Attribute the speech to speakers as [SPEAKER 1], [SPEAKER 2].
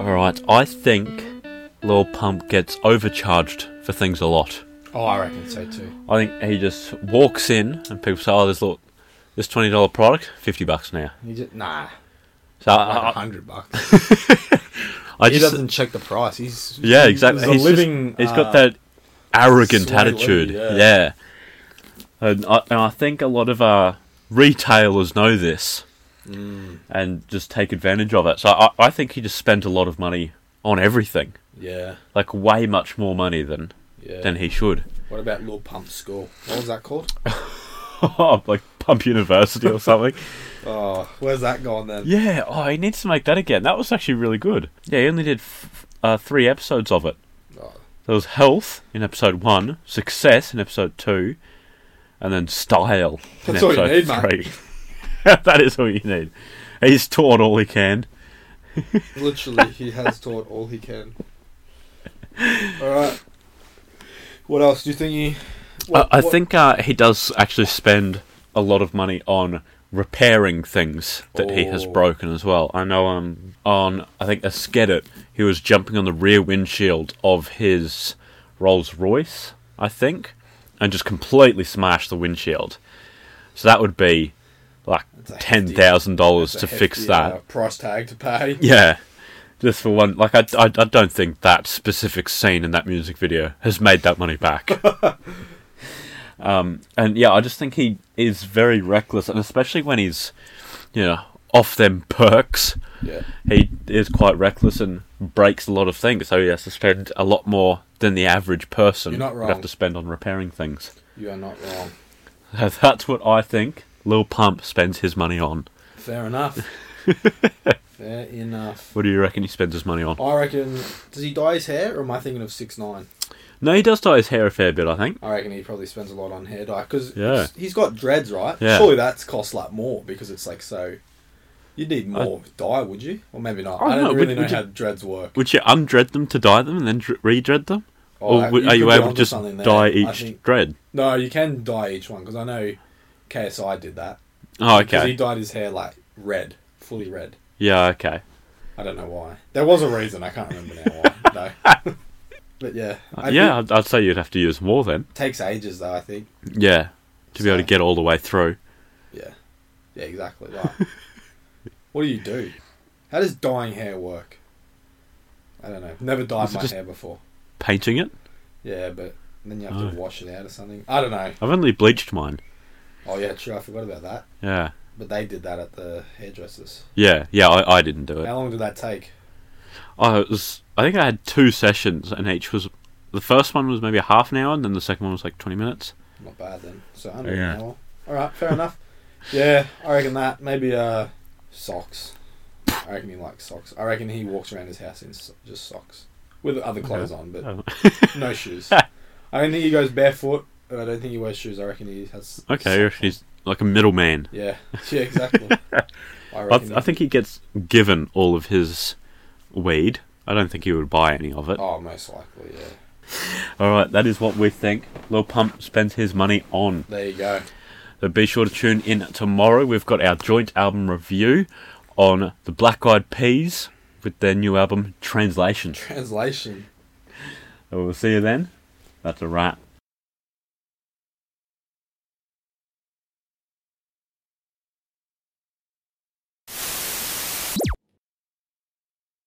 [SPEAKER 1] Alright, I think Lil Pump gets overcharged for things a lot.
[SPEAKER 2] Oh, I reckon so too.
[SPEAKER 1] I think he just walks in and people say, oh, there's, look, this $20 product, 50 bucks now.
[SPEAKER 2] He just, nah,
[SPEAKER 1] So I,
[SPEAKER 2] like a
[SPEAKER 1] I,
[SPEAKER 2] hundred bucks.
[SPEAKER 1] I
[SPEAKER 2] he
[SPEAKER 1] just.
[SPEAKER 2] doesn't check the price. He's
[SPEAKER 1] yeah, exactly.
[SPEAKER 2] He's a
[SPEAKER 1] He's, just-
[SPEAKER 2] living.
[SPEAKER 1] he's
[SPEAKER 2] uh,
[SPEAKER 1] got that arrogant
[SPEAKER 2] slave lady,
[SPEAKER 1] attitude.
[SPEAKER 2] yeah.
[SPEAKER 1] yeah. And, I, and I think a lot of uh, retailers know this
[SPEAKER 2] mm,
[SPEAKER 1] and just take advantage of it. So I, I think he just spent a lot of money on everything.
[SPEAKER 2] Yeah,
[SPEAKER 1] Like, way much more money than,
[SPEAKER 2] yeah.
[SPEAKER 1] than he should.
[SPEAKER 2] What about Lil Pump School? What was that called?
[SPEAKER 1] like, Pump University or something.
[SPEAKER 2] Oh, where's that gone then?
[SPEAKER 1] Yeah, oh, he needs to make that again. That was actually really good. Yeah, he only did f- uh, three episodes of it.
[SPEAKER 2] Oh,
[SPEAKER 1] There was health in episode one, success in episode two, and then style in
[SPEAKER 2] That's all you
[SPEAKER 1] episode
[SPEAKER 2] need, mate.
[SPEAKER 1] three. that is all you need. He's taught all he can.
[SPEAKER 2] literally, he has taught all he can. All right. What else do you think he?
[SPEAKER 1] I,
[SPEAKER 2] what-
[SPEAKER 1] I
[SPEAKER 2] what-
[SPEAKER 1] think uh, he does actually spend a lot of money on repairing things that he has
[SPEAKER 2] Oh.
[SPEAKER 1] broken as well. I know um, on, I think, Eskedit, he was jumping on the rear windshield of his Rolls Royce, I think, and just completely smashed the windshield. So that would be like
[SPEAKER 2] a hefty-
[SPEAKER 1] $10,000
[SPEAKER 2] it's
[SPEAKER 1] to
[SPEAKER 2] a
[SPEAKER 1] fix
[SPEAKER 2] hefty,
[SPEAKER 1] that.
[SPEAKER 2] uh, price tag to pay.
[SPEAKER 1] Yeah. Just for one, like I, I, I don't think that specific scene in that music video has made that money back. um, and yeah, I just think he is very reckless, and especially when he's, you know, off them perks,
[SPEAKER 2] Yeah.
[SPEAKER 1] he is quite reckless and breaks a lot of things. So he has to spend a lot more than the average person
[SPEAKER 2] You're not
[SPEAKER 1] would
[SPEAKER 2] wrong.
[SPEAKER 1] have to spend on repairing things.
[SPEAKER 2] You are not wrong.
[SPEAKER 1] So that's what I think Lil Pump spends his money on.
[SPEAKER 2] Fair enough. Fair enough.
[SPEAKER 1] What do you reckon he spends his money on?
[SPEAKER 2] I reckon. Does he dye his hair, or am I thinking of six nine?
[SPEAKER 1] No, he does dye his hair a fair bit, I think.
[SPEAKER 2] I reckon he probably spends a lot on hair dye because
[SPEAKER 1] Yeah.
[SPEAKER 2] he's got dreads, right?
[SPEAKER 1] Yeah.
[SPEAKER 2] Surely that's cost like more because it's like so. You'd need more dye, would you? Or maybe not.
[SPEAKER 1] I
[SPEAKER 2] I don't
[SPEAKER 1] dunno,
[SPEAKER 2] really
[SPEAKER 1] would-
[SPEAKER 2] know
[SPEAKER 1] would you-
[SPEAKER 2] how dreads work.
[SPEAKER 1] Would you undread them to dye them and then dr- redread them?
[SPEAKER 2] Oh,
[SPEAKER 1] or would, are
[SPEAKER 2] could
[SPEAKER 1] you
[SPEAKER 2] be
[SPEAKER 1] able to
[SPEAKER 2] onto
[SPEAKER 1] just
[SPEAKER 2] something there.
[SPEAKER 1] dye
[SPEAKER 2] I
[SPEAKER 1] each
[SPEAKER 2] think-
[SPEAKER 1] dread?
[SPEAKER 2] no, you can dye each one because I know KSI did that.
[SPEAKER 1] Oh,
[SPEAKER 2] Because he
[SPEAKER 1] okay.
[SPEAKER 2] dyed his hair like red, fully red.
[SPEAKER 1] Yeah, okay.
[SPEAKER 2] I don't know why. There was a reason. I can't remember now why. No. but yeah, I think
[SPEAKER 1] yeah, I'd, I'd say you'd have to use more then.
[SPEAKER 2] it takes ages though. I think.
[SPEAKER 1] Yeah, to be able
[SPEAKER 2] So-
[SPEAKER 1] to get all the way through.
[SPEAKER 2] Yeah. Yeah, exactly. Like, what do you do? How does dyeing hair work? I don't know. Never dyed
[SPEAKER 1] Is it
[SPEAKER 2] my
[SPEAKER 1] just-
[SPEAKER 2] hair before.
[SPEAKER 1] Painting it?
[SPEAKER 2] Yeah, but then you have
[SPEAKER 1] Oh.
[SPEAKER 2] to wash it out or something. I don't know.
[SPEAKER 1] I've only bleached mine.
[SPEAKER 2] Oh yeah, true. I forgot about that.
[SPEAKER 1] Yeah.
[SPEAKER 2] But they did that at the hairdressers.
[SPEAKER 1] Yeah, yeah, I, I didn't do it.
[SPEAKER 2] How long did that take?
[SPEAKER 1] I, was, I think I had two sessions, and each was. The first one was maybe a half an hour, and then the second one was like 20 minutes.
[SPEAKER 2] Not bad then. So under
[SPEAKER 1] Yeah.
[SPEAKER 2] an hour. All right, fair enough. Yeah, I reckon that. Maybe uh, socks. I reckon he likes socks. I reckon he walks around his house in so- just socks with other clothes on, but
[SPEAKER 1] Oh,
[SPEAKER 2] No shoes. I don't think he goes barefoot, and I don't think he wears shoes. I reckon he has.
[SPEAKER 1] okay, he's like a middleman.
[SPEAKER 2] Yeah. Yeah. Exactly. I
[SPEAKER 1] I,
[SPEAKER 2] reckon.
[SPEAKER 1] th- I think he gets given all of his weed. I don't think he would buy any of it.
[SPEAKER 2] Oh, most likely. Yeah.
[SPEAKER 1] All right, that is what we think. Lil Pump spends his money on.
[SPEAKER 2] There you go.
[SPEAKER 1] So be sure to tune in tomorrow. We've got our joint album review on the Black Eyed Peas with their new album Translation.
[SPEAKER 2] Translation.
[SPEAKER 1] So we'll see you then. That's a wrap.